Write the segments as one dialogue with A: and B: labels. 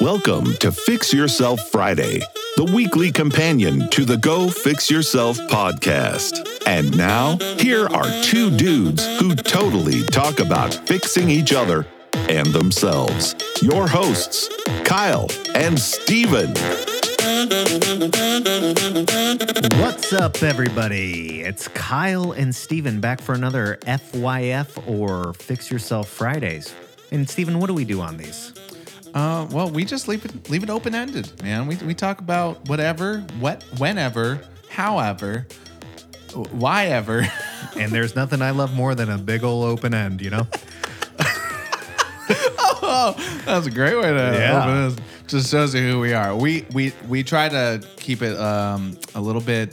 A: Welcome to Fix Yourself Friday, the weekly companion to the Go Fix Yourself podcast. And now, here are two dudes who totally talk about fixing each other and themselves. Your hosts, Kyle and Steven.
B: What's up, everybody? It's Kyle and Steven back for another FYF or Fix Yourself Fridays. And Steven, what do we do on these?
C: Uh, well, we just leave it leave it open ended, man. We, we talk about whatever, what, whenever, however, why ever.
B: And there's nothing I love more than a big ol' open end, you know?
C: oh, that's a great way to
B: Yeah.
C: open this. Just shows you who we are. We we we try to keep it um, a little bit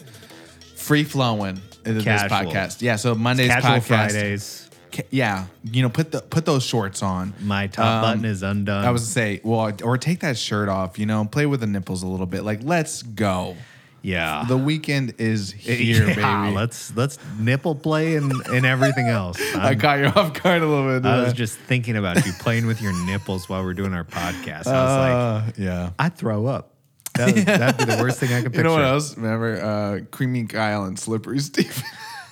C: free flowing in this
B: Casual.
C: podcast. Yeah. So Monday's
B: Casual
C: podcast.
B: Fridays.
C: ca- Yeah. You know, put the put those shorts on.
B: My top
C: Um,
B: button is undone.
C: I was to say, well, or take that shirt off. You know, play with the nipples a little bit. Like, let's go.
B: yeah.
C: The weekend is here,
B: yeah,
C: baby.
B: let's let's nipple play and, and everything else.
C: I
B: I'm-
C: caught you off guard a little
B: Um,
C: bit.
B: I was
C: there.
B: just thinking about you playing with your nipples while we're doing our podcast. I was like,
C: Uh, yeah.
B: I'd throw up. That, That'd be the worst thing I could picture.
C: You know what else? Remember, uh, Creamy Kyle and Slippery Steve.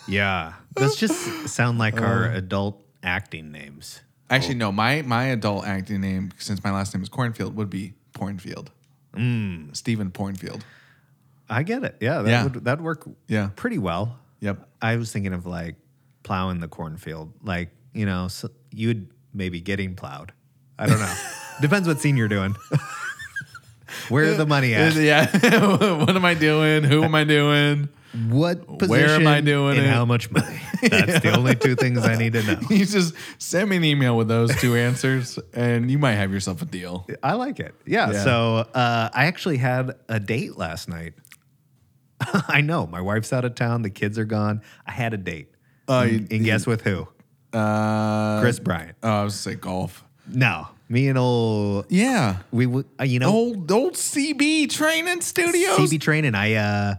B: Yeah. Those just sound like our
C: Uh.
B: adult acting names.
C: Actually, no. My my adult acting name, since my last name is Cornfield, would be Pornfield. Mm. Stephen Pornfield.
B: I get it. Yeah. That
C: Yeah.
B: would that'd work
C: Yeah.
B: pretty well.
C: Yep.
B: I was thinking of like plowing the cornfield. Like, you know, so you'd maybe getting plowed. I don't know. Depends what scene you're doing. Where the money at?
C: Yeah. what am I doing? Who am I doing?
B: What position?
C: Where am I doing
B: And
C: it?
B: how much money? That's the only two things I need to know.
C: You just send me an email with those two answers, and you might have yourself a deal.
B: I like it. Yeah.
C: Yeah.
B: So uh, I actually had a date last night. I know my wife's out of town. The kids are gone. I had a date.
C: Oh, you-
B: and, and guess with who?
C: Uh,
B: Chris Bryant.
C: Oh, I was gonna say golf.
B: No, me and old
C: Yeah.
B: we w- uh, you know
C: Old old CB Training Studios.
B: CB training. I uh,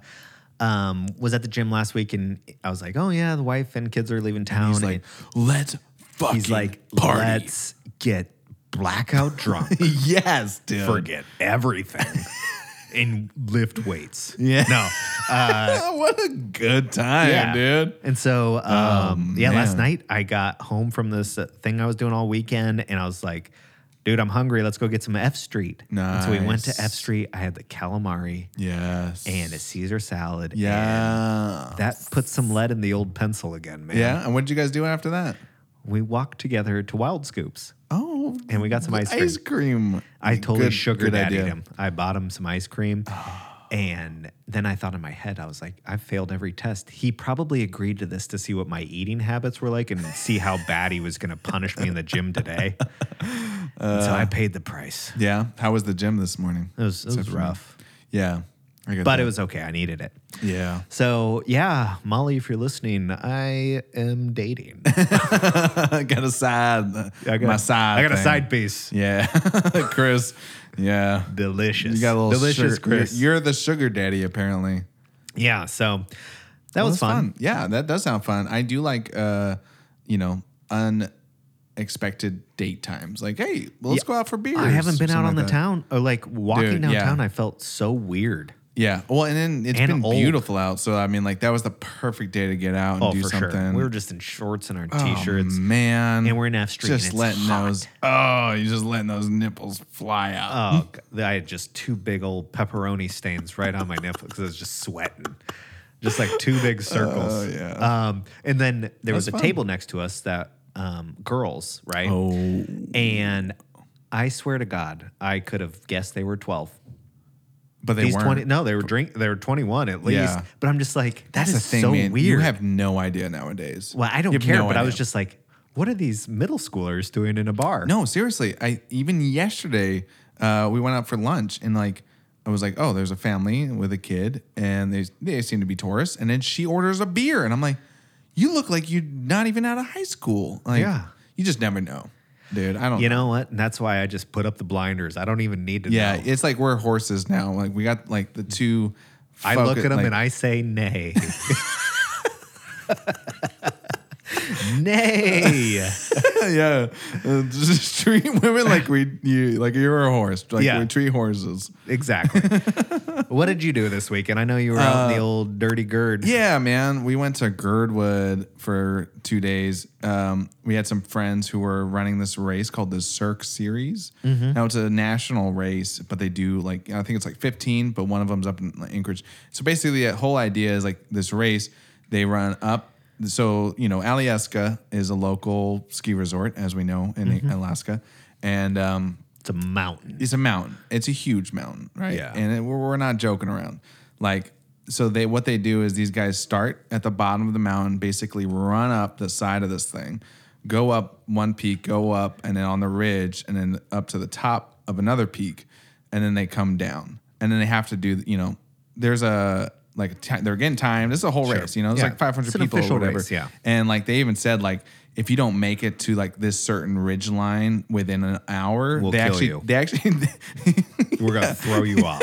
B: um, was at the gym last week and I was like, oh yeah, the wife and kids are leaving town.
C: He's
B: and
C: like, let's fucking
B: he's like,
C: party.
B: let's get blackout drunk.
C: yes, dude.
B: forget everything and lift weights.
C: Yeah.
B: No.
C: what a good time, dude. Oh,
B: And so, um, yeah, last
C: man.
B: night I got home from this uh, thing I was doing all weekend, and I was like, "Dude, I'm hungry. Let's go get some F Street." And so we went to
C: Nice.
B: F Street. I had the calamari
C: Yes.
B: and a Caesar salad. and
C: yeah.
B: that put some lead in the old pencil again, man.
C: yeah. And what did you guys do after that?
B: We walked together to Wild Scoops,
C: Oh,
B: and we got some ice cream.
C: ice cream.
B: I totally
C: Good-
B: sugar
C: good
B: daddied
C: idea.
B: him. I bought him some ice cream. And then I thought in my head, I was like, I failed every test. He probably agreed to this to see what my eating habits were like and see how bad he was going to punish me in the gym today.
C: Uh,
B: And so I paid the price.
C: Yeah. How was the gym this morning?
B: It was, it was
C: Except for me.
B: rough,
C: Yeah. I got
B: but
C: that.
B: it was okay. I needed it.
C: Yeah.
B: So, yeah, Molly, if you're listening, I am dating.
C: I got a side.
B: I got,
C: my side.
B: I got a
C: thing.
B: side piece.
C: Yeah. Chris. Yeah.
B: Delicious.
C: You got a little
B: Delicious,
C: sugar.
B: Chris.
C: You're, you're the sugar daddy, apparently.
B: yeah. So that was
C: That's
B: fun.
C: Yeah, that does sound fun. I do like, uh, you know, unexpected date times. Like, hey, well, let's
B: Yeah.
C: go out for beers.
B: I haven't been
C: something
B: out on the
C: like that.
B: town or like walking
C: Dude, yeah.
B: downtown. I felt so weird.
C: Yeah. Well, and then it's
B: And
C: been
B: old.
C: beautiful out. So, I mean, like, that was the perfect day to get out and
B: Oh,
C: do
B: for
C: something.
B: sure. We were just in shorts and our
C: Oh,
B: t-shirts,
C: man.
B: and we're in F Street.
C: just
B: and it's
C: letting
B: hot.
C: those, oh, you're just letting those nipples fly out.
B: Oh, God. I had just two big old pepperoni stains right on my nipple because I was just sweating, just like two big circles.
C: Oh, yeah.
B: Um, and then there was a
C: That's fun.
B: table next to us that um, girls, right?
C: Oh.
B: And I swear to God, I could have guessed they were twelve.
C: But they
B: These
C: weren't.
B: twenty, no, they were drink, they were twenty-one at least.
C: Yeah.
B: But I'm just like, that
C: That's the
B: is
C: thing,
B: so
C: man.
B: weird.
C: You have no idea nowadays.
B: Well, I
C: You
B: don't
C: have
B: care,
C: no
B: but I was
C: idea.
B: just like, what are these middle schoolers doing in a bar?
C: No, seriously. I even yesterday uh, we went out for lunch and like I was like, oh, there's a family with a kid and they they seem to be tourists. And then she orders a beer and I'm like, you look like you're not even out of high school. Like,
B: Yeah.
C: You just never know, dude. I don't.
B: You know what? And that's why I just put up the blinders. I don't even need to
C: Yeah,
B: know.
C: it's like we're horses now. Like we got like the two.
B: I look
C: focus-
B: at them
C: like-
B: and I say nay. Nay.
C: yeah, Uh, just treat women like we you like you're a horse. Like
B: Yeah.
C: we treat horses.
B: exactly. what did you do this weekend? I know you were out in the old dirty gird.
C: Uh, Yeah, man. We went to Girdwood for two days. Um, we had some friends who were running this race called the Cirque Series. Now it's a national race, but they do like I think it's like 15, but one of them's up in Anchorage. So basically, the whole idea is like this race. They run up. So you know, Alyeska is a local ski resort, as we know in Alaska, and um,
B: It's a mountain.
C: it's a mountain. It's a huge mountain, right?
B: Yeah.
C: And it, we're, we're not joking around. Like, so they what they do is these guys start at the bottom of the mountain, basically run up the side of this thing, go up one peak, go up, and then on the ridge, and then up to the top of another peak, and then they come down, and then they have to do, you know, there's a like a ti- they're getting timed. This is a whole race, you know, it's
B: Yeah.
C: like 500
B: It's an
C: people or
B: official
C: whatever.
B: race, yeah.
C: And like they even said like if you don't make it to like this certain ridge line within an hour,
B: We'll
C: they
B: kill
C: actually
B: you.
C: they actually
B: We're gonna throw you off.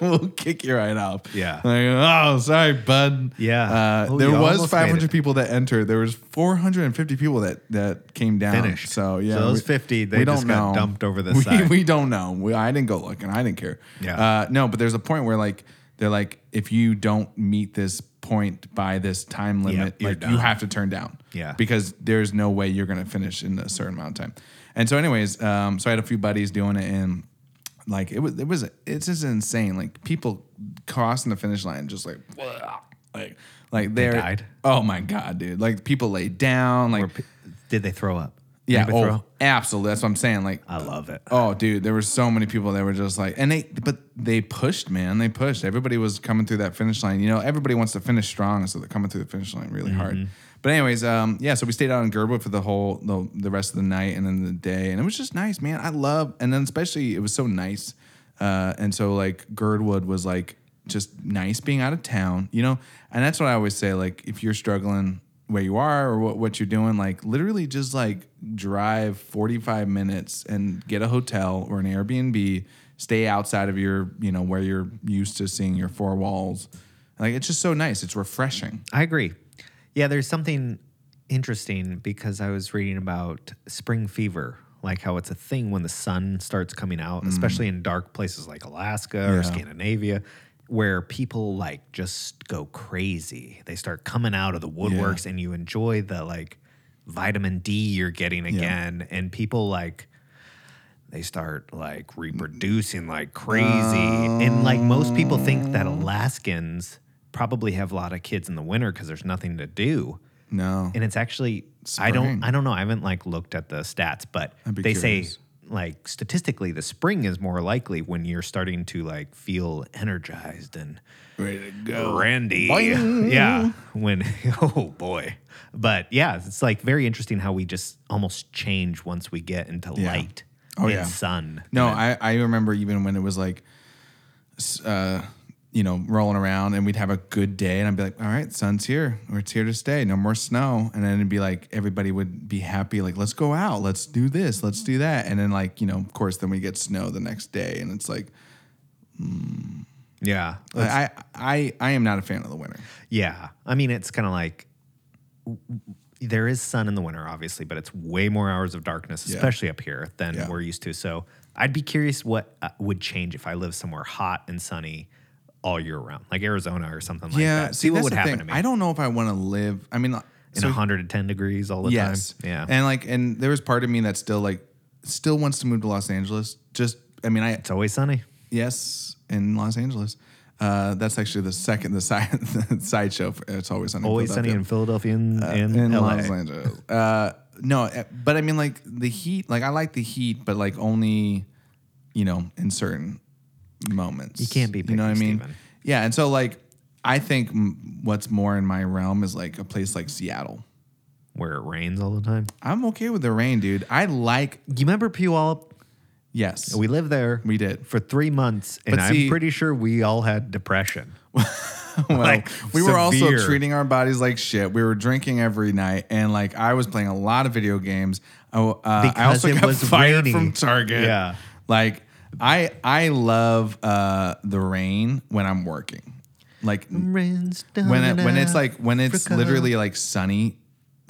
C: will kick you right off.
B: Yeah.
C: Like, oh, sorry, bud.
B: Yeah.
C: Uh,
B: Oh,
C: there
B: you
C: was
B: almost made
C: 500
B: it.
C: people that entered. There was 450 people that that came down.
B: Finished.
C: So yeah,
B: So those 50, they just got dumped over the
C: we,
B: side.
C: We don't know. We, I didn't go looking. I didn't care.
B: Yeah.
C: Uh, no, but there's a point where like they're like, if you don't meet this point by this time limit,
B: you're
C: like you
B: done.
C: have to turn down.
B: Yeah.
C: Because there's no way you're gonna finish in a certain amount of time. And so, anyways, um, so I had a few buddies doing it and like it was it was it's just insane. Like people crossing the finish line just like "Wah." like like they're
B: died?
C: Oh my god, dude. Like people lay down, like
B: Did they throw up?
C: yeah,
B: Anybody
C: oh,
B: throw?
C: absolutely. That's what I'm saying. Like
B: I love it.
C: Oh, dude, there were so many people that were just like, and they, but they pushed, man. They pushed. Everybody was coming through that finish line. You know, everybody wants to finish strong, so they're coming through the finish line really hard. But anyways, um, yeah. So we stayed out in Girdwood for the whole the, the rest of the night and then the day, and it was just nice, man. I love, and then especially it was so nice, uh, and so like Girdwood was like just nice being out of town, you know. And that's what I always say, like if you're struggling where you are or what, what you're doing, like literally just like drive 45 minutes and get a hotel or an Airbnb, stay outside of your, you know, where you're used to seeing your four walls. Like it's just so nice. It's refreshing.
B: I agree. Yeah, there's something interesting because I was reading about spring fever, like how it's a thing when the sun starts coming out, especially in dark places like Alaska or Scandinavia, where people like just go crazy. They start coming out of the woodworks and you enjoy the like vitamin D you're getting again. And people like, they start like reproducing like crazy. and like most people think
C: Oh.
B: that Alaskans probably have a lot of kids in the winter because there's nothing to do.
C: No.
B: And it's actually I
C: Spring.
B: don't I don't know. I haven't like looked at the stats, but
C: I'd be
B: they
C: curious.
B: say like statistically the spring is more likely when you're starting to like feel energized and
C: Ready to go.
B: Randy.
C: Boing.
B: Yeah. When oh boy. But yeah, it's like very interesting how we just almost change once we get into
C: Yeah.
B: light
C: Oh,
B: and
C: yeah.
B: sun.
C: No, I, I remember even when it was like, s- uh, you know, rolling around and we'd have a good day and I'd be like, all right, sun's here. Or it's here to stay. No more snow. And then it'd be like, everybody would be happy. Like, let's go out. Let's do this. Let's do that. And then like, you know, of course, then we get snow the next day. And it's like,
B: Yeah.
C: I, I, I am not a fan of the winter.
B: Yeah. I mean, it's kind of like w- w- there is sun in the winter, obviously, but it's way more hours of darkness,
C: Yeah.
B: especially up here, than
C: Yeah.
B: we're used to. So I'd be curious what uh, would change if I lived somewhere hot and sunny all year round, like Arizona or something like
C: yeah.
B: that. See, what
C: that's
B: would
C: the
B: happen
C: thing.
B: to me
C: I don't know if I want to live. I mean,
B: in
C: so
B: 110 degrees all the
C: Yes.
B: time. Yeah.
C: And like, and there was part of me that still like, still wants to move to Los Angeles. Just, I mean, I,
B: it's always sunny.
C: Yes, in Los Angeles. Uh, that's actually the second the side sideshow. For, it's always sunny. in
B: Always sunny in
C: Philadelphia.
B: Philadelphia and, and
C: uh, in
B: LA.
C: Los Angeles. Uh, no, eh, but I mean, like the heat. Like I like the heat, but like only, you know, in certain moments. You
B: can't be
C: You know what I
B: picky,
C: mean?
B: Steven.
C: Yeah, and so like I think m- what's more in my realm is like a place like Seattle.
B: Where it rains all the time.
C: I'm okay with the rain, dude. I like
B: You remember Puyallup?
C: yes.
B: We lived there.
C: We did.
B: for three months, and
C: But see-
B: I'm pretty sure we all had depression.
C: Well,
B: like,
C: we were also
B: severe.
C: treating our bodies like shit. We were drinking every night, and like I was playing a lot of video games. I, uh, I
B: Because
C: also
B: it
C: got
B: was
C: fired
B: rainy.
C: from Target.
B: Yeah.
C: like I I love uh, the rain when I'm working. Like when it, when it's like when it's literally like sunny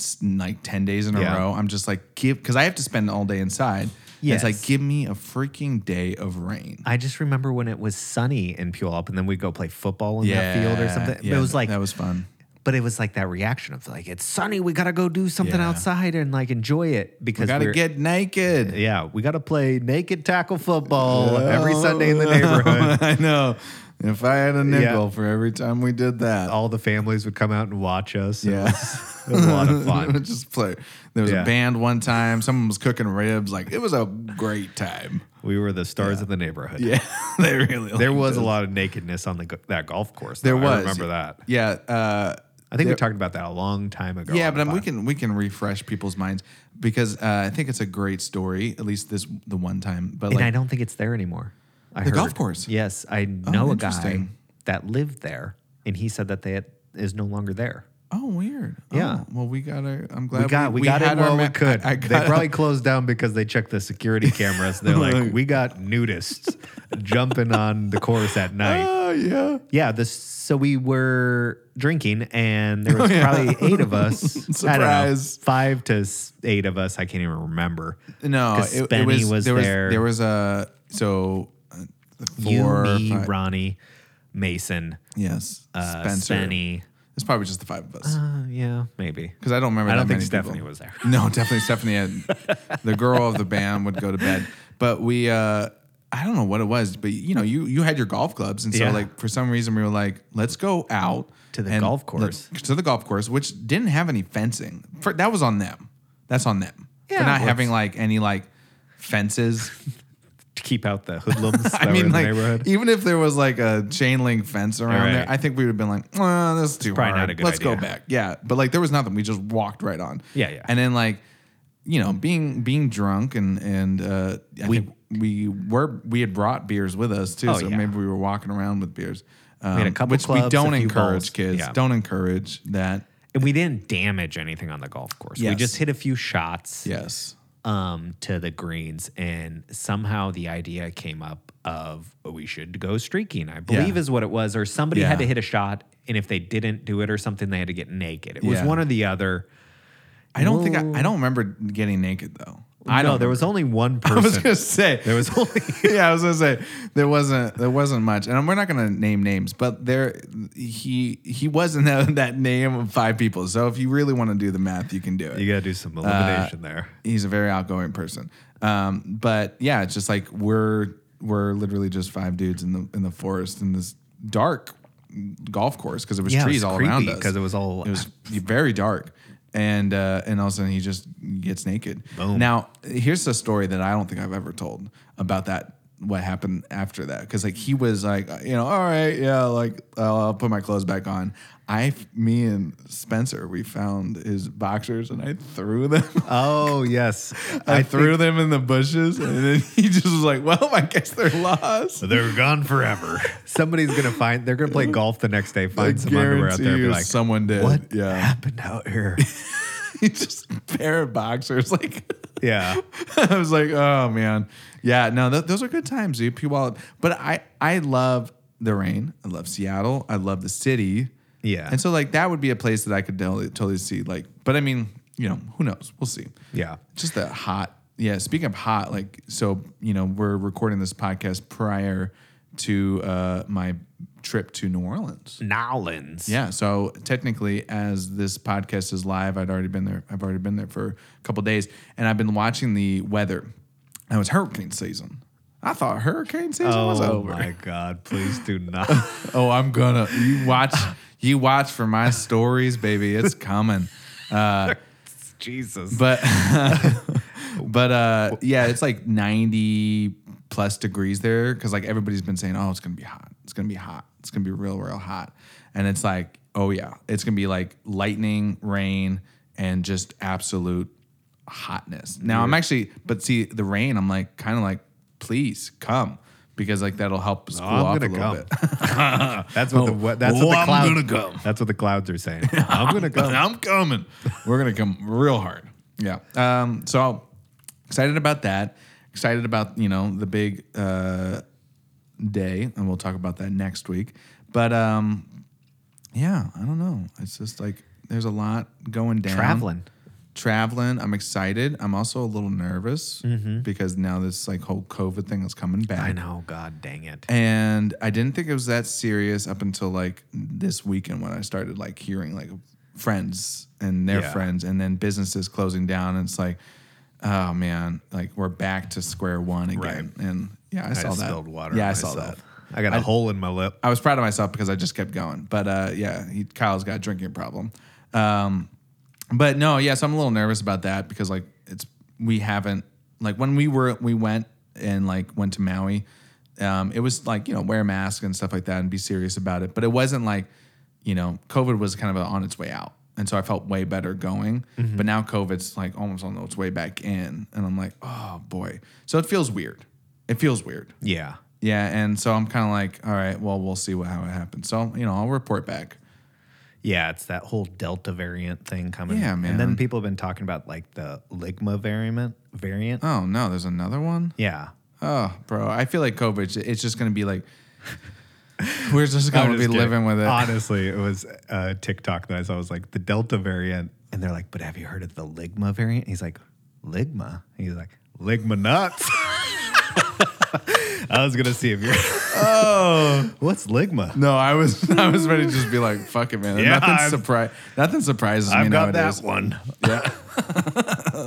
C: s- like 10 days in a
B: Yeah.
C: row. I'm just like, give, because I have to spend all day inside. Yeah, It's
B: Yes.
C: like, give me a freaking day of rain.
B: I just remember when it was sunny in Puyallup, and then we'd go play football in that field or something. But
C: yeah,
B: it was like
C: that was fun.
B: but it was like that reaction of like it's sunny we gotta go do something
C: Yeah.
B: outside and like enjoy it because
C: We gotta
B: we're-
C: get naked.
B: yeah we gotta play naked tackle football every sunday in the neighborhood
C: I know. If I had a nickel
B: Yeah.
C: for every time we did that,
B: all the families would come out and watch us It
C: Yeah.
B: was- it was a lot of fun
C: just play. There was
B: Yeah.
C: a band one time. Someone was cooking ribs. Like it was a great time.
B: we were the stars of the neighborhood
C: Yeah, they really.
B: there
C: liked
B: was
C: it.
B: a lot of nakedness on the go- that golf course though.
C: There
B: I
C: was.
B: remember that
C: Yeah. Uh,
B: i think we
C: There-
B: talked about that a long time ago
C: yeah,
B: on
C: but
B: the
C: um, we
B: pod.
C: can we can refresh people's minds because uh, I think it's a great story. At least this the one time. But
B: and
C: like,
B: i don't think it's there anymore I
C: The golf
B: heard.
C: course? Oh,
B: yes i know a guy
C: interesting.
B: that lived there and he said that they had, is no longer there
C: oh, weird.
B: Yeah.
C: Oh, well, we got our. I'm glad
B: We got we, got
C: Uh, had
B: it while
C: ma-
B: we could.
C: I, I
B: they
C: got
B: probably closed down because they checked the security cameras. They're like, we got nudists jumping on the course at night.
C: Oh yeah.
B: Yeah, this. So we were drinking, and there was probably eight of us. I don't know,
C: Oh, Surprise.
B: five to s- eight of us. I can't even remember.
C: No,
B: 'Cause
C: it, it
B: Spenny
C: was,
B: was
C: there was
B: there.
C: there was a so uh,
B: You,
C: four
B: me,
C: five-
B: Ronnie, Mason,
C: yes
B: uh, Spenny.
C: It's probably just the five of us
B: Uh, yeah, maybe.
C: because I don't remember.
B: I don't think
C: that many
B: Stephanie
C: people.
B: was there.
C: No, definitely Stephanie. Had, the girl of the band would go to bed, but we. uh I don't know what it was, but you know, you you had your golf clubs, and so
B: Yeah.
C: like for some reason we were like, let's go out
B: To the
C: and
B: golf course.
C: let- to the golf course, which didn't have any fencing. For, that was on them. That's on them
B: Yeah,
C: for not
B: of course.
C: having like any like fences.
B: To keep out the hoodlums that
C: I mean,
B: were in
C: like,
B: the neighborhood.
C: even if there was like a chain link fence around
B: Right.
C: there, I think we would have been like, well, this is too
B: probably
C: hard.
B: not a good
C: Let's go
B: idea."
C: back. Yeah. But like there was nothing. We just walked right on.
B: Yeah, yeah.
C: And then like, you know, being being drunk and and uh, I
B: We-
C: we we were we had brought beers with us too,
B: Oh,
C: so
B: yeah.
C: maybe we were walking around with beers. Um,
B: had a couple
C: which we
B: clubs,
C: don't
B: a few
C: encourage,
B: balls.
C: kids.
B: Yeah.
C: Don't encourage that.
B: And we didn't damage anything on the golf course. We
C: Yes.
B: just hit a few shots.
C: Yes.
B: um, to the greens, and somehow the idea came up of "Oh, we should go streaking. I believe
C: Yeah.
B: is what it was, or somebody had to
C: Yeah.
B: hit a shot, and if they didn't do it or something, they had to get naked. It was
C: Yeah.
B: one or the other.
C: I don't think I, I don't remember getting naked though. I
B: no,
C: don't
B: There was only one person.
C: I was gonna say
B: there was only.
C: yeah, I was gonna say there wasn't there wasn't much, and we're not gonna name names, but there he he was in that, that name of five people. So if you really want to do the math, you can do it.
B: you got to do some elimination there.
C: He's a very outgoing person, um, but yeah, it's just like we're we're literally just five dudes in the in the forest in this dark golf course because there was
B: Yeah, it
C: trees
B: was
C: all around
B: creepy
C: us
B: 'cause it was all-
C: it was very dark. And uh, and all of a sudden he just gets naked. Now here's a story that I don't think I've ever told about that. What happened after that? Because like he was like, you know, all right, yeah, like I'll put my clothes back on. I, me and Spencer, we found his boxers and I threw them.
B: Oh yes,
C: I, threw them in the bushes, and then he just was like, well, I guess they're lost.
B: They're gone forever. Somebody's gonna find. They're gonna play golf the next day. Find some underwear out there. And be
C: you
B: like,
C: someone did.
B: what
C: Yeah,
B: happened out here?
C: he just a pair of boxers like.
B: yeah.
C: I was like, oh man, yeah. No, th- those are good times, dude. P Wallet. But I, I love the rain. I love Seattle. I love the city.
B: Yeah.
C: And so like that would be a place that I could totally, totally see. Like, but I mean, you know, who knows? We'll see.
B: Yeah.
C: Just that hot. Yeah. Speaking of hot, like so, you know, we're recording this podcast prior to uh, my trip to New Orleans.
B: Nowlands.
C: Yeah. So technically, as this podcast is live, I'd already been there. I've already been there for a couple days, and I've been watching the weather. And it was hurricane season. I thought hurricane season was
B: Oh
C: over.
B: my God! Please do not.
C: Oh, I'm gonna. You watch. You watch for my stories, baby. It's coming.
B: Jesus.
C: But but uh, yeah, it's like 90 plus degrees there because like everybody's been saying, oh, it's gonna be hot. It's gonna be hot. It's gonna be real, real hot. And it's like, oh yeah, it's gonna be like lightning, rain, and just absolute hotness. Now I'm actually, but see the rain, I'm like kind of like, please come because like that'll help us cool
B: Oh, I'm
C: off a
B: gonna
C: little
B: come.
C: bit.
B: that's what the we- that's
C: oh,
B: what the
C: I'm
B: clouds.
C: gonna go.
B: That's what the clouds are saying. I'm gonna go.
C: I'm coming. We're gonna come real hard. Yeah. Um, so excited about that. Excited about you know the big uh, day, and we'll talk about that next week. But um, yeah, I don't know. It's just like There's a lot going down.
B: Traveling.
C: Traveling. I'm excited. I'm also a little nervous because now this like whole COVID thing is coming back.
B: I know. God dang it.
C: And I didn't think it was that serious up until like this weekend when I started like hearing like friends and their
B: Yeah.
C: friends and then businesses closing down. And it's like, oh man, like we're back to square one again. And yeah, I saw
B: just
C: that.
B: spilled water
C: yeah,
B: on
C: I saw
B: myself.
C: that.
B: I got a hole in my lip.
C: I was proud of myself because I just kept going. But uh, yeah, he, Kyle's got a drinking problem. Um, but no, yes, I'm a little nervous about that because like it's we haven't like when we were we went and like went to Maui, um, it was like you know wear a mask and stuff like that and be serious about it. But it wasn't like you know COVID was kind of on its way out, and so I felt way better going. But now COVID's like almost on its way back in, and I'm like oh boy, so it feels weird. It feels weird.
B: Yeah.
C: Yeah, and so I'm kind of like, all right, well, we'll see what, how it happens. So you know, I'll report back.
B: Yeah, it's that whole Delta variant thing coming.
C: Yeah,
B: And then
C: man.
B: people have been talking about like the Ligma variant. Variant.
C: Oh no, there's another one.
B: yeah.
C: Oh, bro, I feel like COVID. It's just gonna be like, we're just gonna
B: I'm
C: be
B: just kidding.
C: living with it.
B: Honestly, it was a TikTok that I saw. It was like the Delta variant, and they're like, "But have you heard of the Ligma variant?" He's like, "Ligma." He's like, "Ligma nuts." I was gonna see if you're. oh, what's Ligma?
C: No, I was I was ready to just be like, fuck it, man.
B: Yeah, I've-
C: nothing surprise, nothing surprises me
B: I've got
C: nowadays.
B: that one.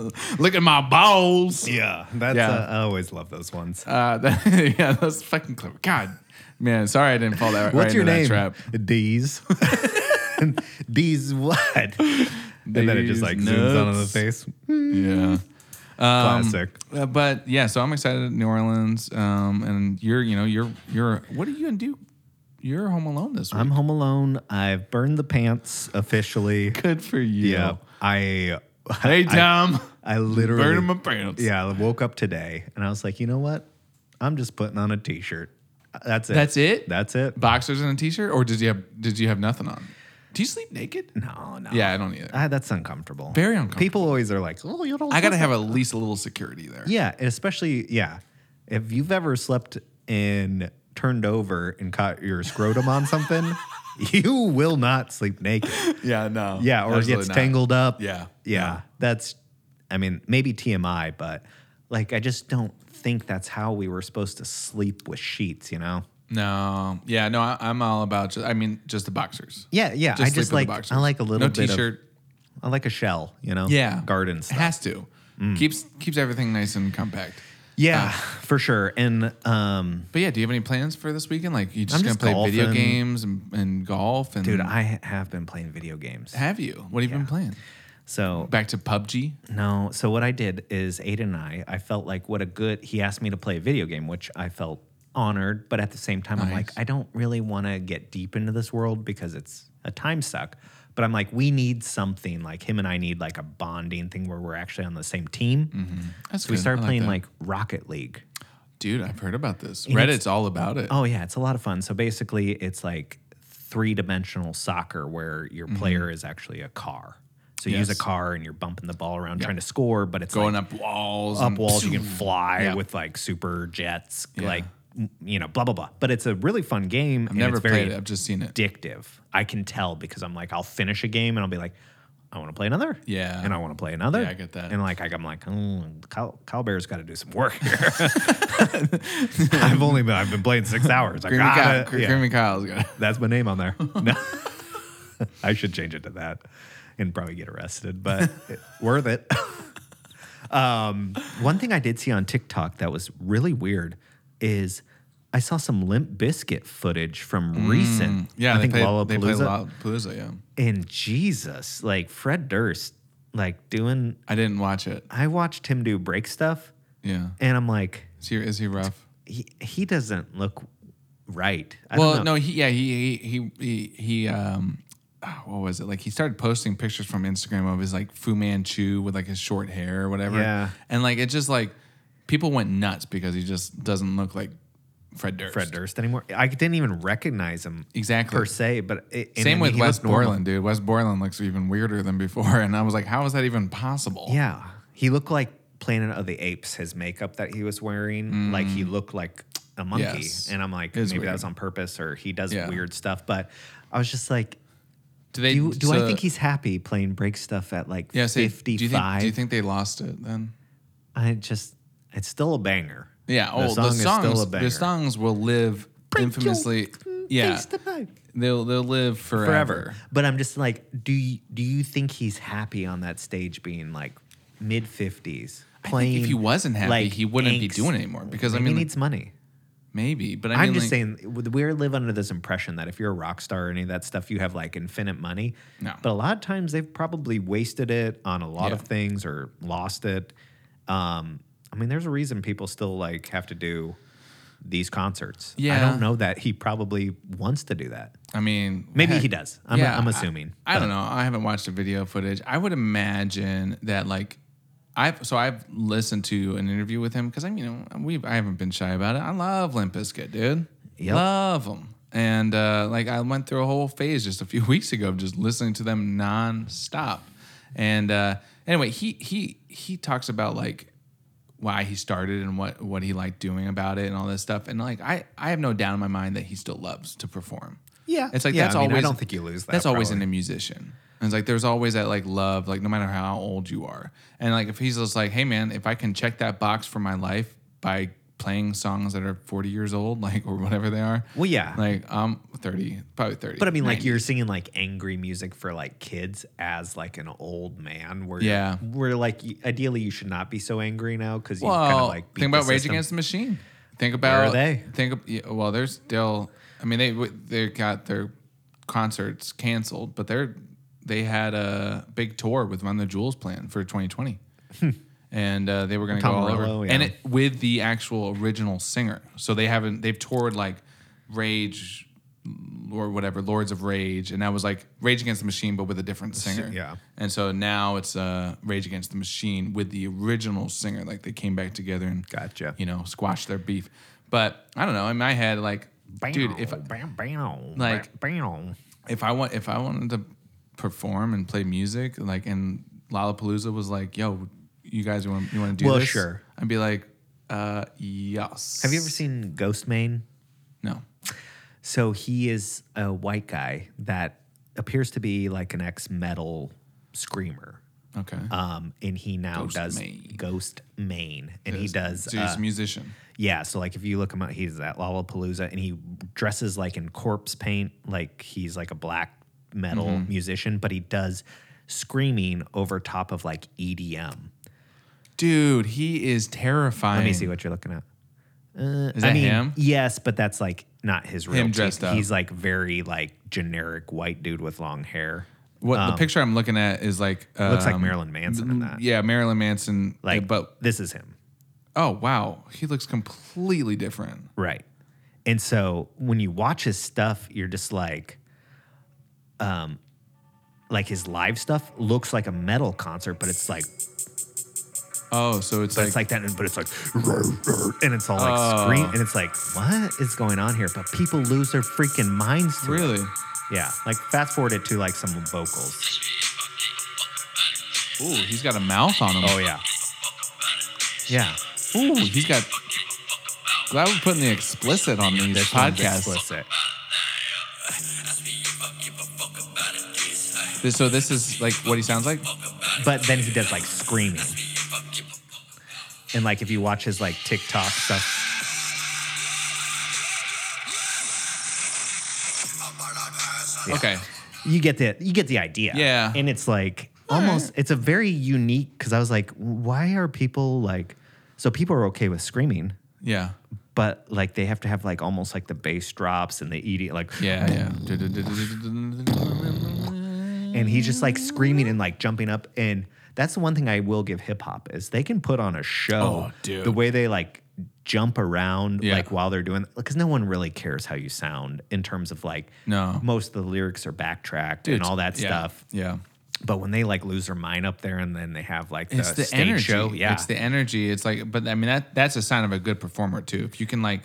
C: Look at my balls.
B: Yeah, that's.
C: Yeah.
B: Uh, I always love those ones.
C: Uh, that, yeah, that's fucking clever. God, man, sorry I didn't fall that. right
B: What's your
C: into that
B: name?
C: Trap.
B: D's. D's what? and then it
C: D's
B: just like zooms out on the
C: nuts.
B: face.
C: Yeah.
B: Classic.
C: Uh, but yeah, so I'm excited at New Orleans. Um, and you're, you know, you're, you're, what are you gonna do? You're home alone this week.
B: I'm home alone. I've burned the pants officially.
C: good for you.
B: Yeah. I
C: Hey, Tom,
B: I literally
C: burning my pants.
B: Yeah, I woke up today and I was like, you know what? I'm just putting on a t-shirt. That's it.
C: That's it?
B: That's it.
C: Boxers and a t-shirt, or did you have, did you have nothing on? Do you sleep naked?
B: No, no.
C: Yeah, I don't either.
B: Ah, that's uncomfortable.
C: Very uncomfortable.
B: People always are like, oh, you don't.
C: I gotta
B: sleep
C: have at least a little security there.
B: Yeah, and especially yeah, if you've ever slept and turned over and caught your scrotum on something, you will not sleep naked.
C: Yeah, no.
B: Yeah, or it
C: Absolutely
B: gets
C: not.
B: tangled up.
C: Yeah.
B: yeah, that's. I mean, maybe TMI, but like, I just don't think that's how we were supposed to sleep with sheets. You know.
C: No. Yeah, no. I, I'm all about. Just, I mean, just the boxers.
B: Yeah, yeah. I
C: sleep
B: just
C: in the
B: like I
C: boxers.
B: like a little
C: no
B: bit Of,
C: t-shirt.
B: I like a shell. You know.
C: yeah,
B: garden
C: It
B: stuff. Mm.
C: has to keeps keeps everything nice and compact.
B: Yeah, for sure. And um,
C: But yeah, do you have any plans for this weekend? Like, you just
B: I'm
C: gonna
B: just
C: play video
B: golfing.
C: games and, and golf and
B: dude, I ha- have been playing video games.
C: have you? What have you been playing?
B: So
C: Back to PUBG.
B: No. So what I did is Aiden and I, I felt like what a good he asked me to play a video game, which I felt honored, but at the same time I'm like, I don't really want to get deep into this world because it's a time suck. But I'm like, we need something like him and I need like a bonding thing where we're actually on the same team.
C: That's
B: So we
C: Mm-hmm. good. I
B: started
C: like
B: playing
C: that.
B: like Rocket League.
C: dude, I've heard about this.
B: it's-
C: Reddit's all about it.
B: Oh yeah, it's a lot of fun. So basically, it's like three-dimensional soccer where your player is actually a car. So you use
C: Mm-hmm. Yes.
B: a car and you're bumping the ball around trying to score, but it's like,
C: Going up walls.
B: up
C: and-
B: walls. You can fly with like super jets, like m- you know, blah blah blah. But it's a really fun game. and
C: Never
B: it's very
C: played it. I've just seen it.
B: addictive. I can tell because I'm like, I'll finish a game and I'll be like, I want to play another.
C: Yeah.
B: and I want to play another.
C: Yeah, I get that.
B: And like, I- I'm like, mm, Kyle, Kyle Bear's got to do some work here. I've only been I've been playing six hours. I
C: Creamy, Kyle,
B: got
C: Cre- Creamy Kyle's got it.
B: that's my name on there. No. I should change it to that and probably get arrested, but it- worth it. um, one thing I did see on TikTok that was really weird is I saw some Limp Biscuit footage from recent.
C: Mm, Yeah,
B: I
C: they
B: think
C: played, They played
B: Lollapalooza.
C: Lollapalooza. Yeah,
B: and Jesus, like Fred Durst, like doing.
C: I didn't watch it.
B: I watched him do break stuff,
C: Yeah,
B: and I'm like,
C: is he is he rough?
B: he he doesn't look right. I don't
C: Well,
B: know.
C: no, he yeah he he he he, he um. ah, What was it like? He started posting pictures from Instagram of his like Fu Manchu with like his short hair or whatever.
B: Yeah.
C: and like it just like people went nuts because he just doesn't look like Fred Durst.
B: Fred Durst anymore. I didn't even recognize him
C: exactly.
B: per se, but it, and
C: Same
B: then
C: with
B: he
C: Wes
B: looked normal.
C: Borland, dude. Wes Borland looks even weirder than before, and I was like, how is that even possible?
B: Yeah, he looked like Planet of the Apes. His makeup that he was wearing, like he looked like a monkey.
C: Mm. Yes.
B: And I'm like,
C: It is
B: maybe that
C: weird.
B: was on purpose, or he does
C: Yeah.
B: weird stuff. But I was just like,
D: Do they?
B: Do, you- do
D: so-
B: I think he's happy playing break stuff at like
C: Yeah, say, do you, think,
B: 55?
C: do you think they lost it then?
B: I just, it's still a banger.
C: Yeah. Oh, the,
B: song is
C: songs.
B: still a banger.
C: the songs will live infamously. Yeah. They'll they'll live forever.
B: Forever. But I'm just like, do you, do you think he's happy on that stage being like mid 50s? Playing,
C: if he wasn't happy,
B: like,
C: he wouldn't be
B: angst?
C: doing it anymore because I
B: Maybe
C: mean,
B: he needs money.
C: maybe. But I
B: I
C: mean,
B: am just
C: like,
B: saying, w- we live under this impression that if you're a rock star or any of that stuff, you have like infinite money.
C: No.
B: But a lot of times they've probably wasted it on a lot
C: Yeah.
B: of things or lost it. Um, I mean, there's a reason people still like have to do these concerts. I
C: Yeah.
B: don't know that he probably wants to do that.
C: I mean,
B: Maybe
C: heck,
B: he does. I'm,
C: yeah,
B: I'm
C: I-
B: assuming.
C: I don't know. I haven't watched the video footage. I would imagine that like I've so I've listened to an interview with him because I'm you know we I haven't been shy about it. I love Limp Bizkit, dude.
B: Yep.
C: Love them. And uh, like I went through a whole phase just a few weeks ago of just listening to them nonstop. And uh, anyway, he he he talks about like why he started and what what he liked doing about it and all this stuff. And like I I have no doubt in my mind that he still loves to perform.
B: Yeah.
C: It's like
B: Yeah,
C: that's
B: I mean, I
C: always
B: don't think you lose that,
C: That's always in
B: probably.
C: a musician. And it's like there's always that like love, like no matter how old you are. And like if he's just like, hey man, if I can check that box for my life by playing songs that are 40 years old, like or whatever they are.
B: Well, yeah.
C: Like I'm 30, probably 30.
B: But I mean, like
C: 90.
B: you're singing like angry music for like kids as like an old man, where
C: Yeah.
B: where like y- ideally you should not be so angry now because you
C: well,
B: kind of like beat
C: think about
B: the
C: Rage
B: system.
C: Against the Machine. Think
B: are
C: about
B: they?
C: Think ab- yeah, well, they're still. I mean, they w- they got their concerts canceled, but they're they had a big tour with Run the Jewels planned for 2020, and uh, they were going to go
B: Hmm. Tom
C: all
B: Morello,
C: over
B: yeah.
C: and it, with the actual original singer. So they haven't they've toured like Rage or whatever Lords of Rage, and that was like Rage Against the Machine, but with a different singer.
B: yeah.
C: And so now it's uh, Rage Against the Machine with the original singer. Like they came back together and
B: Gotcha.
C: You know, squashed their beef. But I don't know. In my head, like, dude, if
B: bam, bam,
C: like-
B: bam.
C: if I want if I wanted to perform and play music, like, and Lollapalooza was like, yo, you guys want you want to do
B: Well,
C: this?
B: sure.
C: I'd be like, uh, yes.
B: Have you ever seen Ghost Main?
C: No.
B: So he is a white guy that appears to be like an ex metal screamer.
C: Okay.
B: Um, and he now
C: Ghost
B: does
C: Main.
B: Ghost Main, and he does uh,
C: So he's a musician.
B: Yeah, so like if you look him up, he's at Lollapalooza and he dresses like in corpse paint, like he's like a black metal
C: Mm-hmm.
B: musician, but he does screaming over top of like E EDM.
C: Dude, he is terrifying.
B: Let me see what you're looking at.
C: Is that
B: I mean,
C: him?
B: yes, but that's like not his real
C: Him
B: teeth.
C: dressed up.
B: He's like very like generic white dude with long hair.
C: What the picture I'm looking at is like um,
B: Looks like Marilyn Manson in that.
C: Yeah, Marilyn Manson. Like,
B: Like,
C: but
B: this is him.
C: oh wow, he looks completely different.
B: Right. And so when you watch his stuff, you're just like, um, like his live stuff looks like a metal concert, but it's like,
C: Oh, so it's
B: but
C: like,
B: it's like that, but it's like, and it's all like scream, and it's like, what is going on here? But people lose their freaking minds. To it.
C: really.
B: Yeah. Like fast forward it to like some vocals.
C: Ooh, he's got a mouth on him.
B: Oh yeah. Yeah.
C: Ooh, he's got. Glad we're putting the explicit on these
B: This one's
C: podcasts.
B: explicit.
C: This- So this is like what he sounds like.
B: But then he does like screaming. And like if you watch his like TikTok stuff,
C: Okay.
B: you get the you get the idea.
C: Yeah.
B: And it's like almost it's a very unique because I was like, why are people like so people are okay with screaming,
C: Yeah.
B: but like they have to have like almost like the bass drops and the ED like
C: Yeah. Yeah.
B: and he's just like screaming and like jumping up and that's the one thing I will give hip hop is they can put on a show
C: Oh, dude.
B: the way they like jump around
C: Yeah.
B: like while they're doing because no one really cares how you sound in terms of like
C: No.
B: most of the lyrics are backtracked and all that
C: Yeah.
B: stuff
C: Yeah.
B: But when they like lose their mind up there and then they have like the,
C: it's the
B: stage
C: energy.
B: show, yeah,
C: It's the energy. It's like, but I mean, that that's a sign of a good performer too. If you can like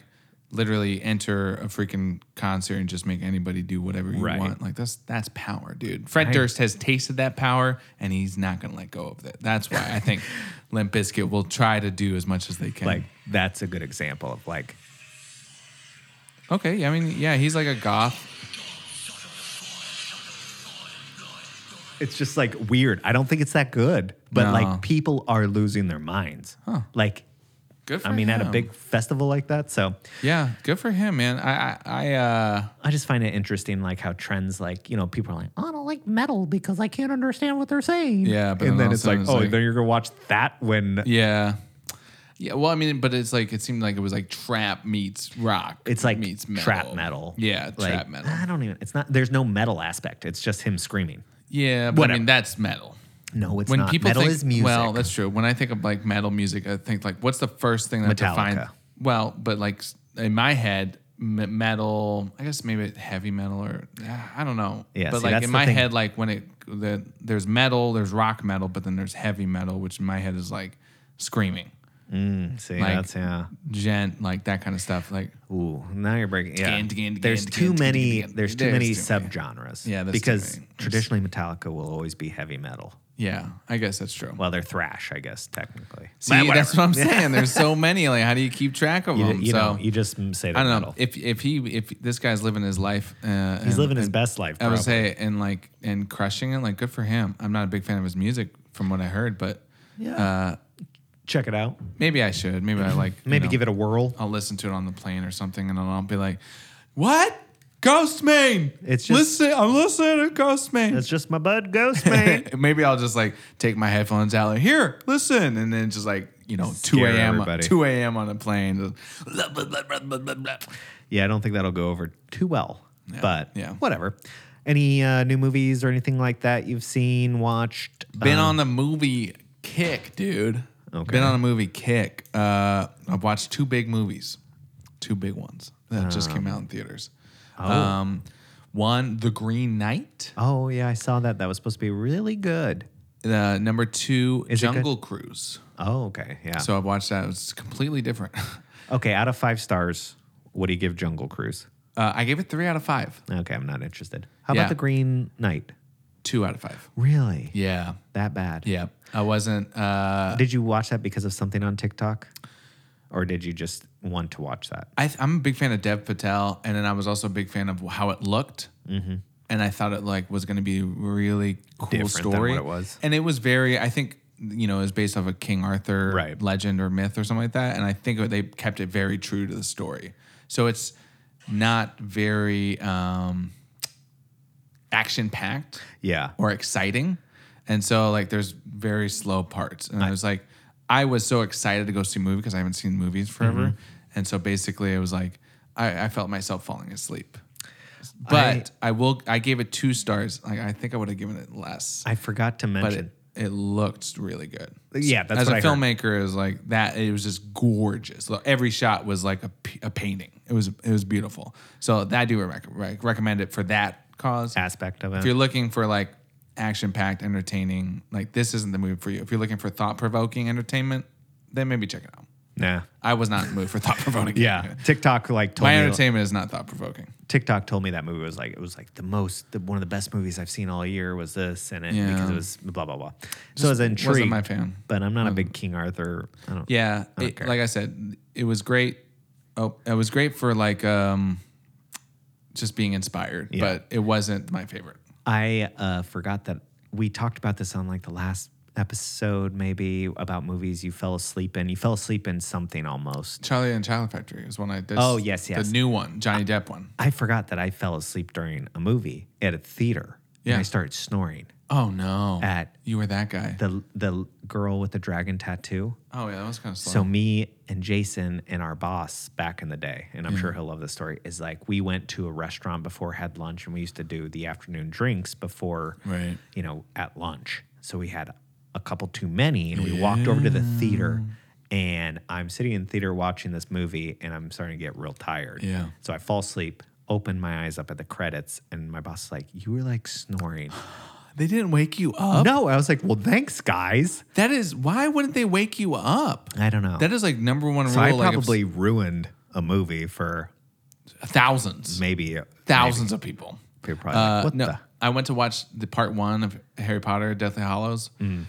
C: literally enter a freaking concert and just make anybody do whatever you
B: Right.
C: want, like that's that's power, dude. Fred Durst has tasted that power, and he's not gonna let go of it. That's why I think Limp Bizkit will try to do as much as they can.
B: like that's a good example of like
C: okay, yeah, I mean, yeah, he's like a goth.
B: It's just like weird. I don't think it's that good, but
C: No.
B: like people are losing their minds. Like,
C: Good for
B: I mean, at a
C: him.
B: big festival like that. So
C: Yeah, good for him, man. I I, I uh
B: I just find it interesting, like how trends, like, you know, people are like, "Oh, I don't like metal because I can't understand what they're saying.
C: Yeah, but
B: and
C: then
B: then
C: all
B: it's
C: of a
B: like,
C: sudden
B: oh,
C: it's like-
B: then you're going to watch that when
C: yeah. Yeah, well, I mean, but it's like it seemed like it was like trap meets rock.
B: it's like
C: meets
B: trap metal.
C: Yeah,
B: Like,
C: trap metal.
B: I don't even, it's not, there's no metal aspect. It's just him screaming.
C: Yeah, but I
B: Whatever.
C: mean that's metal.
B: No, it's
C: When
B: not.
C: people
B: metal
C: think
B: is music.
C: well, that's true. When I think of like metal music, I think like what's the first thing that defines?
B: Metallica.
C: Well, but like s- in my head, me- metal. I guess maybe heavy metal or ah, I don't know.
B: Yeah,
C: but
B: see,
C: like
B: that's
C: in
B: the
C: my
B: thing.
C: head, like when it the, there's metal, there's rock metal, but then there's heavy metal, which in my head is like screaming,
B: See,
C: like-
B: that's, yeah.
C: gent, like that kind of stuff. Like
B: Ooh, now you're breaking. Yeah,
C: Again, again,
B: there's
C: again,
B: too
C: again,
B: many.
C: again, again.
B: There's too
C: There's
B: many
C: too many.
B: subgenres.
C: Yeah, there's too
B: because
C: many.
B: traditionally Metallica will always be heavy metal.
C: yeah, I guess that's true.
B: Well, they're thrash, I guess technically.
C: See, that's what I'm saying. There's so many. Like, how do you keep track of
B: You,
C: them?
B: you
C: so
B: know, you just mm, say.
C: I
B: they're
C: don't know
B: metal.
C: if if he if this guy's living his life. Uh,
B: He's living his best life.
C: I
B: Probably.
C: would say and like and crushing it. Like good for him. I'm not a big fan of his music from what I heard, but uh,
B: yeah. Check it out.
C: maybe I should. Maybe I like
B: Maybe give it a whirl.
C: I'll listen to it on the plane or something, and I'll be like, "What? Ghost Main?
B: It's just-
C: listen. I'm listening to Ghost Main.
B: That's just my bud ghost man.
C: maybe I'll just like take my headphones out, like here, listen, and then just like you know, two
B: Scare
C: a.m.
B: everybody.
C: two a.m. on a plane. Blah, blah, blah, blah, blah, blah, blah.
B: yeah, I don't think that'll go over too well. But
C: yeah.
B: whatever. Any uh, new movies or anything like that you've seen, watched?
C: Been on a movie kick, dude.
B: Um, Okay.
C: Been on a movie kick. Uh, I've watched two big movies, two big ones that just came out in theaters. Um, one, The Green Knight.
B: Oh yeah, I saw that. That was supposed to be really good.
C: Uh, number two,
B: Is it good?
C: Jungle Cruise.
B: Oh okay, yeah.
C: So I've watched that. It was completely different.
B: Okay, out of five stars, what do you give Jungle Cruise?
C: Uh, I gave it three out of five.
B: Okay, I'm not interested. How
C: Yeah.
B: about the Green Knight?
C: Two out of five.
B: Really?
C: Yeah.
B: That bad?
C: Yeah. I wasn't. Uh,
B: Did you watch that because of something on TikTok? Or did you just want to watch that?
C: I, I'm a big fan of Dev Patel, and then I was also a big fan of how it looked, mm-hmm. and I thought it like was going to be a really cool
B: Different than
C: story.
B: what it was.
C: and it was very. I think you know it was based off a King Arthur
B: Right.
C: legend or myth or something like that, and I think they kept it very true to the story. So it's not very um, action packed
B: Yeah.
C: or exciting. And so like there's very slow parts. And I was like, I was so excited to go see a movie because I haven't seen movies forever.
B: Mm-hmm.
C: And so basically it was like I, I felt myself falling asleep. But I, will I gave it two stars. Like I think I would have given it less.
B: I forgot to
C: but it,
B: mention.
C: it looked really good.
B: Yeah, that's
C: As
B: what
C: a
B: I heard.
C: filmmaker is like that it was just gorgeous. Like, every shot was like a, p- a painting. It was it was beautiful. So that I do rec- rec- recommend it for that cause
B: aspect of
C: if
B: it.
C: you're looking for like action packed, entertaining, like this isn't the movie for you. If you're looking for thought provoking entertainment, then maybe check it out.
B: Nah.
C: I was not in the mood for thought provoking.
B: Yeah. TikTok like told
C: My
B: me
C: entertainment is not thought provoking.
B: TikTok told me that movie was like it was like the most the, one of the best movies I've seen all year was this and it
C: Yeah.
B: because it was blah blah blah. so I was
C: wasn't
B: intrigued.
C: my fan.
B: But I'm not a big King Arthur. I don't
C: Yeah. it-
B: Okay.
C: like I said, it was great. Oh, it was great for like um just being inspired, but it wasn't my favorite.
B: I uh, forgot that we talked about this on like the last episode, maybe about movies you fell asleep in. You fell asleep in something almost.
C: Charlie and the Chocolate Factory is one I did.
B: Oh, yes, yes. Uh,
C: The new one, Johnny Depp one.
B: I forgot that I fell asleep during a movie at a theater.
C: Yeah.
B: And I started snoring.
C: Oh no.
B: At-
C: you were that guy.
B: The the girl with the dragon tattoo.
C: oh yeah, that was kind of slow.
B: So me and Jason and our boss back in the day, and I'm sure he'll love this story, is like we went to a restaurant before had lunch, and we used to do the afternoon drinks before,
C: Right.
B: you know, at lunch. So we had a couple too many, and we walked over to the theater, and I'm sitting in the theater watching this movie, and I'm starting to get real tired.
C: Yeah.
B: So I fall asleep, open my eyes up at the credits, and my boss is like, "You were like snoring."
C: they didn't wake you up.
B: no, I was like, "Well, thanks, guys."
C: That is why wouldn't they wake you up?
B: I don't know.
C: That is like number one
B: So I
C: rule. like, of
B: probably ruined a movie for
C: thousands,
B: maybe a-
C: thousands of people.
B: people probably
C: Uh,
B: like, what
C: no,
B: the?
C: I went to watch the part one of Harry Potter, Deathly Hollows, and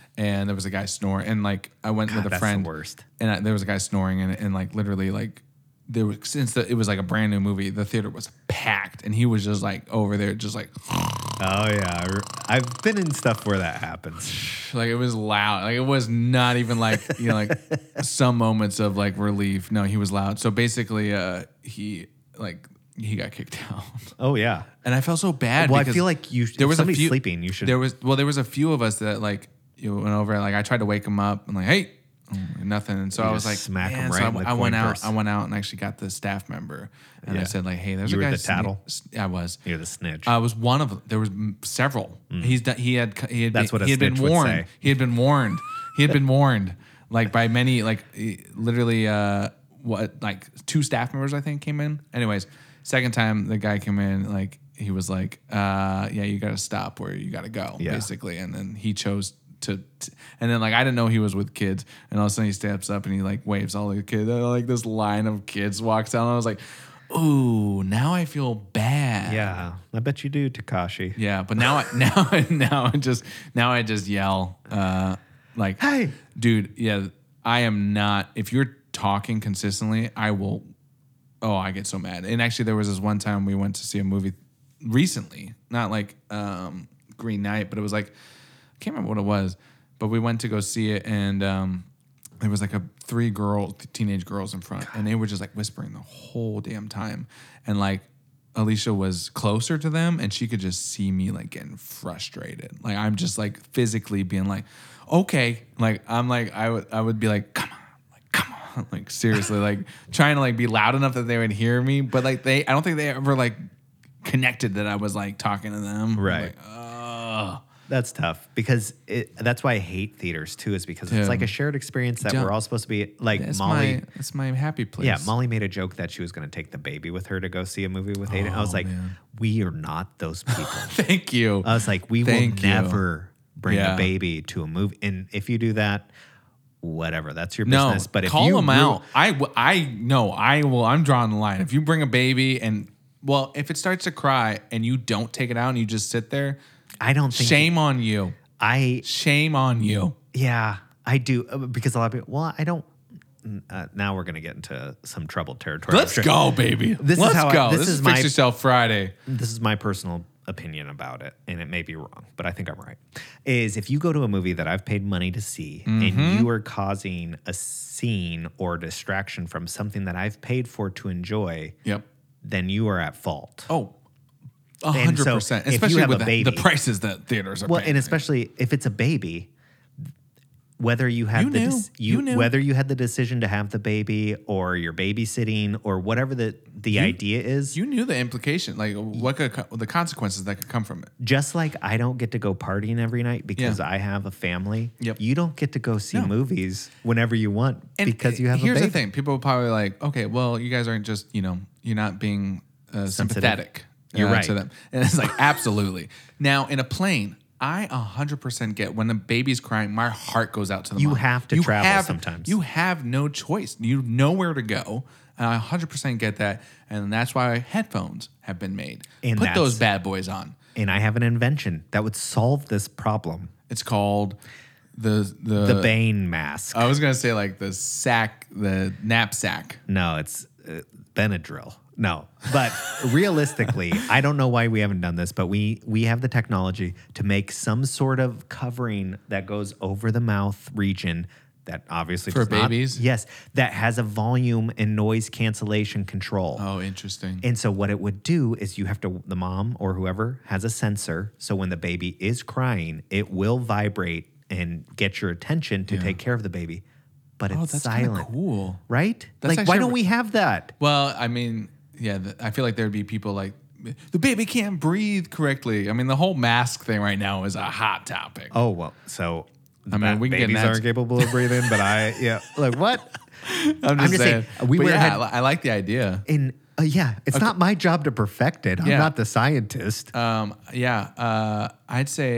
C: there was a guy snoring. And like I went with a
B: Mm. that's
C: friend,
B: the worst.
C: and I, there was a guy snoring, and, and like literally like there was since the, it was like a brand new movie, the theater was packed, and he was just like over there, just like
B: Oh yeah, I re- I've been in stuff where that happens.
C: Like it was loud. Like it was not even like you know like some moments of like relief. No, he was loud. So basically, uh, he like he got kicked out,
B: Oh yeah.
C: and I felt so bad.
B: Well, I
C: because
B: feel like you.
C: there
B: There
C: was
B: was
C: a
B: somebody's
C: few-
B: sleeping. You should.
C: there was well there was a few of us that like you went over. Like I tried to wake him up and like hey. and Nothing, and so I was
B: just
C: like,
B: smack him
C: man, so
B: right
C: I,
B: in the
C: I went
B: coin
C: out.
B: purse.
C: I went out and actually got the staff member, and I
B: Yeah.
C: said like, "Hey, there's
B: You
C: a
B: were
C: guy."
B: the
C: sne-
B: tattle?
C: s- I was.
B: You're the snitch.
C: I was one of them. There was m- several. He's done, he had he had
B: Mm. That's what a
C: he had been
B: snitch would
C: warned.
B: say.
C: He had been warned. He had been warned like by many like eh, literally uh what like two staff members I think came in. Anyways, second time the guy came in like he was like uh yeah you got to stop where you got to go
B: Yeah.
C: basically and then he chose to, t- and then like I didn't know he was with kids and all of a sudden he steps up and he like waves all the kids and, like this line of kids walks down and I was like ooh now I feel bad
B: yeah, I bet you do, Takashi.
C: yeah, but now I now I- now I just now I just yell uh like
B: Hey!
C: dude, yeah, I am not if you're talking consistently, I will oh, I get so mad. And actually there was this one time we went to see a movie recently, not like um Green Knight, but it was like I can't remember what it was, but we went to go see it and um there was like a three girl teenage girls in front and they were just like whispering the whole damn time and like alicia was closer to them and she could just see me like getting frustrated like i'm just like physically being like okay like i'm like i would i would be like come on like come on like seriously like trying to like be loud enough that they would hear me but like they i don't think they ever like connected that i was like talking to them
B: Right.
C: like, Ugh.
B: That's tough because it, that's why I hate theaters too. Is because
C: Yeah.
B: it's like a shared experience that
C: Don't-
B: we're all supposed to be like
C: that's
B: Molly.
C: my that's my happy place
B: Yeah, Molly made a joke that she was going to take the baby with her to go see a movie with Hayden. I was like,
C: Oh, man.
B: we are not those people.
C: thank you
B: I was like, we
C: Thank
B: will
C: you.
B: never bring
C: Yeah.
B: a baby to a movie. And if you do that, whatever, that's your
C: No,
B: business. But if
C: call
B: you
C: them
B: ru-
C: out. I, w- I no, I will. I'm drawing the line. If you bring a baby and well, if it starts to cry and you don't take it out and you just sit there,
B: I don't think
C: shame on you.
B: I
C: Shame on you.
B: Yeah, I do uh, because a lot of people. Well, I don't. n- Uh, now we're gonna get into some trouble territory. I'm
C: Let's
B: sure.
C: go, baby.
B: This is
C: Let's
B: how I-
C: go.
B: this
C: this
B: is
C: is,
B: my-
C: fix yourself Friday.
B: This is my personal opinion about it, and it may be wrong, but I think I'm right. Is if you go to a movie that I've paid money to see,
C: Mm-hmm.
B: and you are causing a scene or distraction from something that I've paid for to enjoy,
C: Yep.
B: then you are at fault.
C: Oh, a
B: And
C: hundred
B: so,
C: percent.
B: if you
C: Especially
B: have
C: with
B: a
C: the,
B: baby-
C: the prices that theaters are
B: Well,
C: paying.
B: and especially if it's a baby, whether you had
C: You
B: the
C: knew.
B: dec-
C: You knew.
B: whether you had the decision to have the baby or you're babysitting or whatever the the idea is,
C: you knew the implication, like what could co- the consequences that could come from it.
B: just like I don't get to go partying every night because
C: Yeah.
B: I have a family.
C: Yep.
B: You don't get to go see
C: No.
B: movies whenever you want because you have
C: eh, here's
B: a baby.
C: the thing people are probably like okay well you guys aren't just you know you're not being uh, sympathetic
B: You're
C: uh,
B: right.
C: to them and it's like absolutely now in a plane I 100% get when a baby's crying, my heart goes out to the
B: You
C: mom.
B: have to travel sometimes.
C: You have no choice. You know where to go. And I 100% get that. And that's why headphones have been made.
B: And
C: Put
B: that's-
C: those bad boys on.
B: And I have an invention that would solve this problem.
C: It's called the the,
B: The Bane mask.
C: I was going to say like the sack, the knapsack.
B: No, it's uh, Benadryl. No, but realistically, I don't know why we haven't done this, but we we have the technology to make some sort of covering that goes over the mouth region that obviously
C: For
B: does not-
C: babies?
B: yes, that has a volume and noise cancellation control.
C: Oh, interesting.
B: And so what it would do is you have to the mom or whoever has a sensor so when the baby is crying it will vibrate and get your attention to take care of the baby but it's
C: Oh, that's kind of
B: silent
C: cool.
B: right?
C: That's
B: like, why
C: actually-
B: don't we have that?
C: Well, I mean, yeah, th I feel like there'd be people like the baby can't breathe correctly. I mean, the whole mask thing right now is a hot topic.
B: Oh well, so
C: I mean, we can get
B: babies
C: nuts.
B: aren't capable of breathing, but I yeah, like what?
C: I'm just,
B: just
C: saying.
B: saying, we
C: But
B: went
C: yeah,
B: ahead-
C: I, li- I like the idea.
B: And uh, yeah, it's not my job to perfect it. I'm
C: Yeah.
B: not the scientist.
C: Um, yeah, uh, I'd say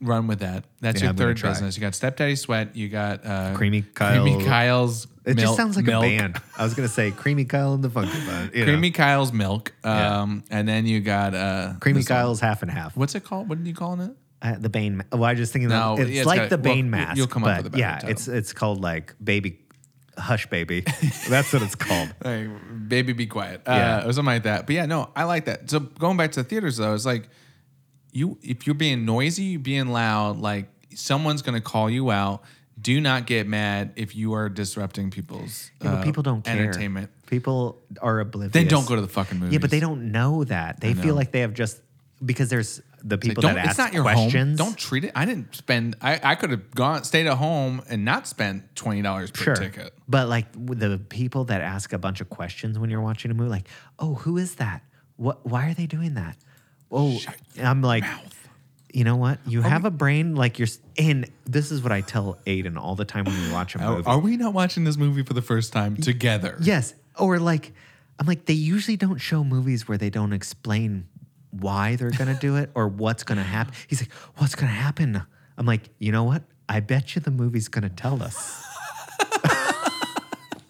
C: run with that. That's
B: Yeah,
C: your
B: I'm gonna
C: third
B: try.
C: business. You got Stepdaddy Sweat. You got uh,
B: Creamy
C: Creamy
B: Kyle-
C: Kyle's.
B: it
C: milk,
B: just sounds like
C: milk.
B: a band. I was gonna say Creamy Kyle and the Funky Bun. you know.
C: Creamy Kyle's milk.
B: Yeah.
C: Um, and then you got uh,
B: Creamy
C: this one.
B: Kyle's half and half.
C: What's it called? What are you calling it?
B: Uh, the Bane. ma- Well, I was just thinking
C: No,
B: that it's,
C: yeah, it's
B: like
C: gotta-
B: the
C: well,
B: Bane
C: y-
B: mask.
C: you'll come up
B: but
C: with a better
B: yeah.
C: title.
B: It's it's called like Baby Hush Baby. That's what it's called.
C: Like, baby, be quiet. Uh,
B: Yeah.
C: Or something like that. But yeah, no, I like that. So going back to theaters, though, it's like you if you're being noisy, you're being loud, like someone's gonna call you out. Do not get mad if you are disrupting people's
B: Yeah, but
C: uh,
B: people don't care.
C: entertainment.
B: People are oblivious.
C: They don't go to the fucking movies.
B: Yeah, but they don't know that. They feel like they have just because there's the people
C: don't.
B: that ask
C: It's not your
B: questions.
C: home. Don't treat it. I didn't spend. I, I could have gone stayed at home and not spent twenty dollars per
B: sure.
C: ticket.
B: But like w- the people that ask a bunch of questions when you're watching a movie, like, oh, who is that? What? Why are they doing that? Oh, I'm like, you know what? You have a brain like you're. s- And this is what I tell Aiden all the time when we watch a
C: Are,
B: movie.
C: are we not watching this movie for the first time together?
B: Yes. Or like, I'm like, they usually don't show movies where they don't explain why they're going to do it or what's going to happen. He's like, what's going to happen? I'm like, you know what? I bet you the movie's going to tell us.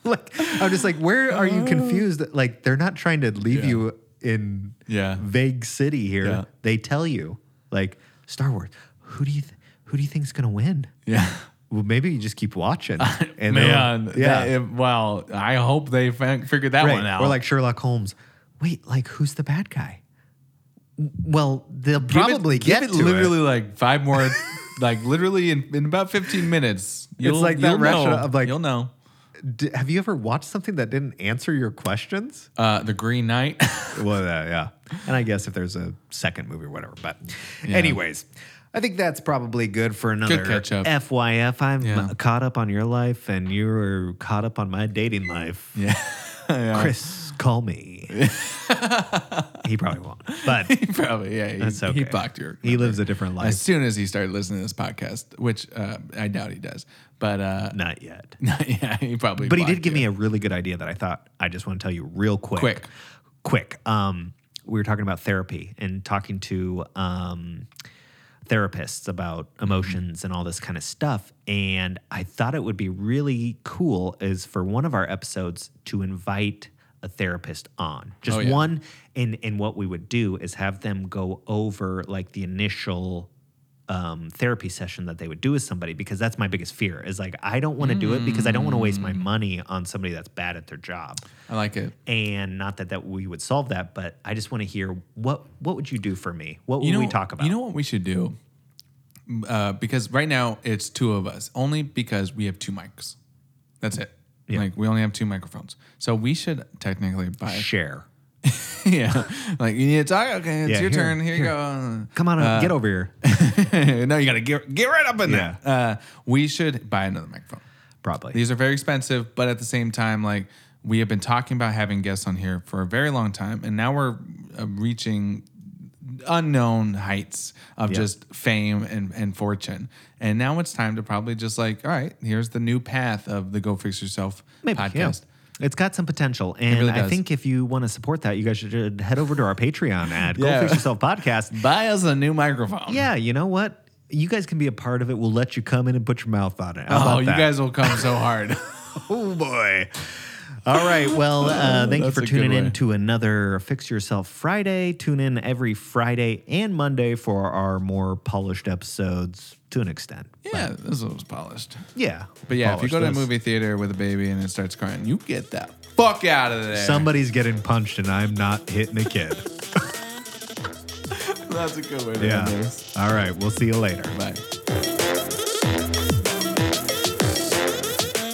B: like, I'm just like, where are you confused? Like, they're not trying to leave
C: Oh. Yeah.
B: you in
C: Yeah.
B: vague city here.
C: Yeah.
B: They tell you, like, Star Wars, who do you, th- who do you think's going to win?
C: Yeah.
B: Well, maybe you just keep watching. And they're
C: Man,
B: like-
C: yeah. well, I hope they fin- figured that one out.
B: or like Sherlock Holmes. Wait, like who's the bad guy? W- Well, they'll
C: Give it-
B: probably
C: give
B: get
C: it
B: to
C: literally
B: it.
C: like five more, like literally in, in about fifteen minutes. You'll,
B: like that
C: you'll know.
B: restaurant of, like-
C: you'll know.
B: D- have you ever watched something that didn't answer your questions?
C: Uh, the Green Knight.
B: well, uh, yeah. And I guess if there's a second movie or whatever. But, anyways, I think that's probably good for another
C: catch up.
B: FYF. I'm
C: Yeah.
B: caught up on your life, and you're caught up on my dating life.
C: yeah. Yeah.
B: Chris, call me. he probably won't, but
C: Probably, yeah. He,
B: that's okay.
C: he blocked your.
B: He lives a different life.
C: as soon as he started listening to this podcast, which uh, I doubt he does. But uh,
B: Not yet.
C: yeah, he probably.
B: But he did give me a really good idea that I thought I just want to tell you real quick.
C: Quick.
B: Quick. Um, we were talking about therapy and talking to um, therapists about emotions and all this kind of stuff. And I thought it would be really cool is for one of our episodes to invite a therapist on. Just
C: Oh, yeah.
B: one and and what we would do is have them go over like the initial um, therapy session that they would do with somebody because that's my biggest fear is like I don't want to do it because I don't want to waste
C: Mm.
B: my money on somebody that's bad at their job.
C: I like it.
B: And not that that we would solve that, but I just want to hear what what would you do for me? What would
C: You know,
B: we talk about?
C: You know what we should do? Uh, because right now it's two of us, only because we have two mics. That's it. Like we only have two microphones, so we should technically buy.
B: share.
C: yeah, like you need to talk. Okay, it's
B: Yeah, here,
C: your turn. Here, you
B: here.
C: go.
B: Come on, up, get over here.
C: no, you gotta get get right up in there. Uh, we should buy another microphone.
B: Probably.
C: These are very expensive, but at the same time, like we have been talking about having guests on here for a very long time, and now we're uh, reaching unknown heights of just fame and, and fortune. And now it's time to probably just like, all right, here's the new path of the Go Fix Yourself podcast.
B: yeah. It's got some potential. And
C: really
B: I
C: does.
B: think if you want to support that, you guys should uh, head over to our Patreon at Go
C: Yeah.
B: Fix Yourself Podcast.
C: Buy us a new microphone.
B: Yeah, you know what? You guys can be a part of it. We'll let you come in and put your mouth on it. How
C: Oh,
B: about
C: you
B: that?
C: guys will come so hard.
B: Oh boy. All right. Well, uh, thank you
C: That's
B: for
C: a good
B: tuning in
C: way.
B: to another Fix Yourself Friday. Tune in every Friday and Monday for our more polished episodes to an extent.
C: yeah, this was polished.
B: Yeah.
C: But yeah, if you
B: Polished
C: go to a
B: is-
C: movie theater with a baby and it starts crying, you get that fuck out of there.
B: somebody's getting punched and I'm not hitting a kid.
C: That's a good way to
B: yeah.
C: end this.
B: All right. We'll see you later.
C: Bye.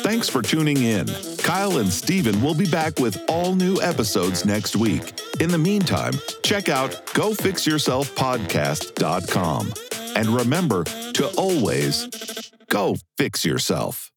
A: Thanks for tuning in. Kyle and Steven will be back with all new episodes next week. In the meantime, check out gofixyourselfpodcast.com. And remember to always go fix yourself.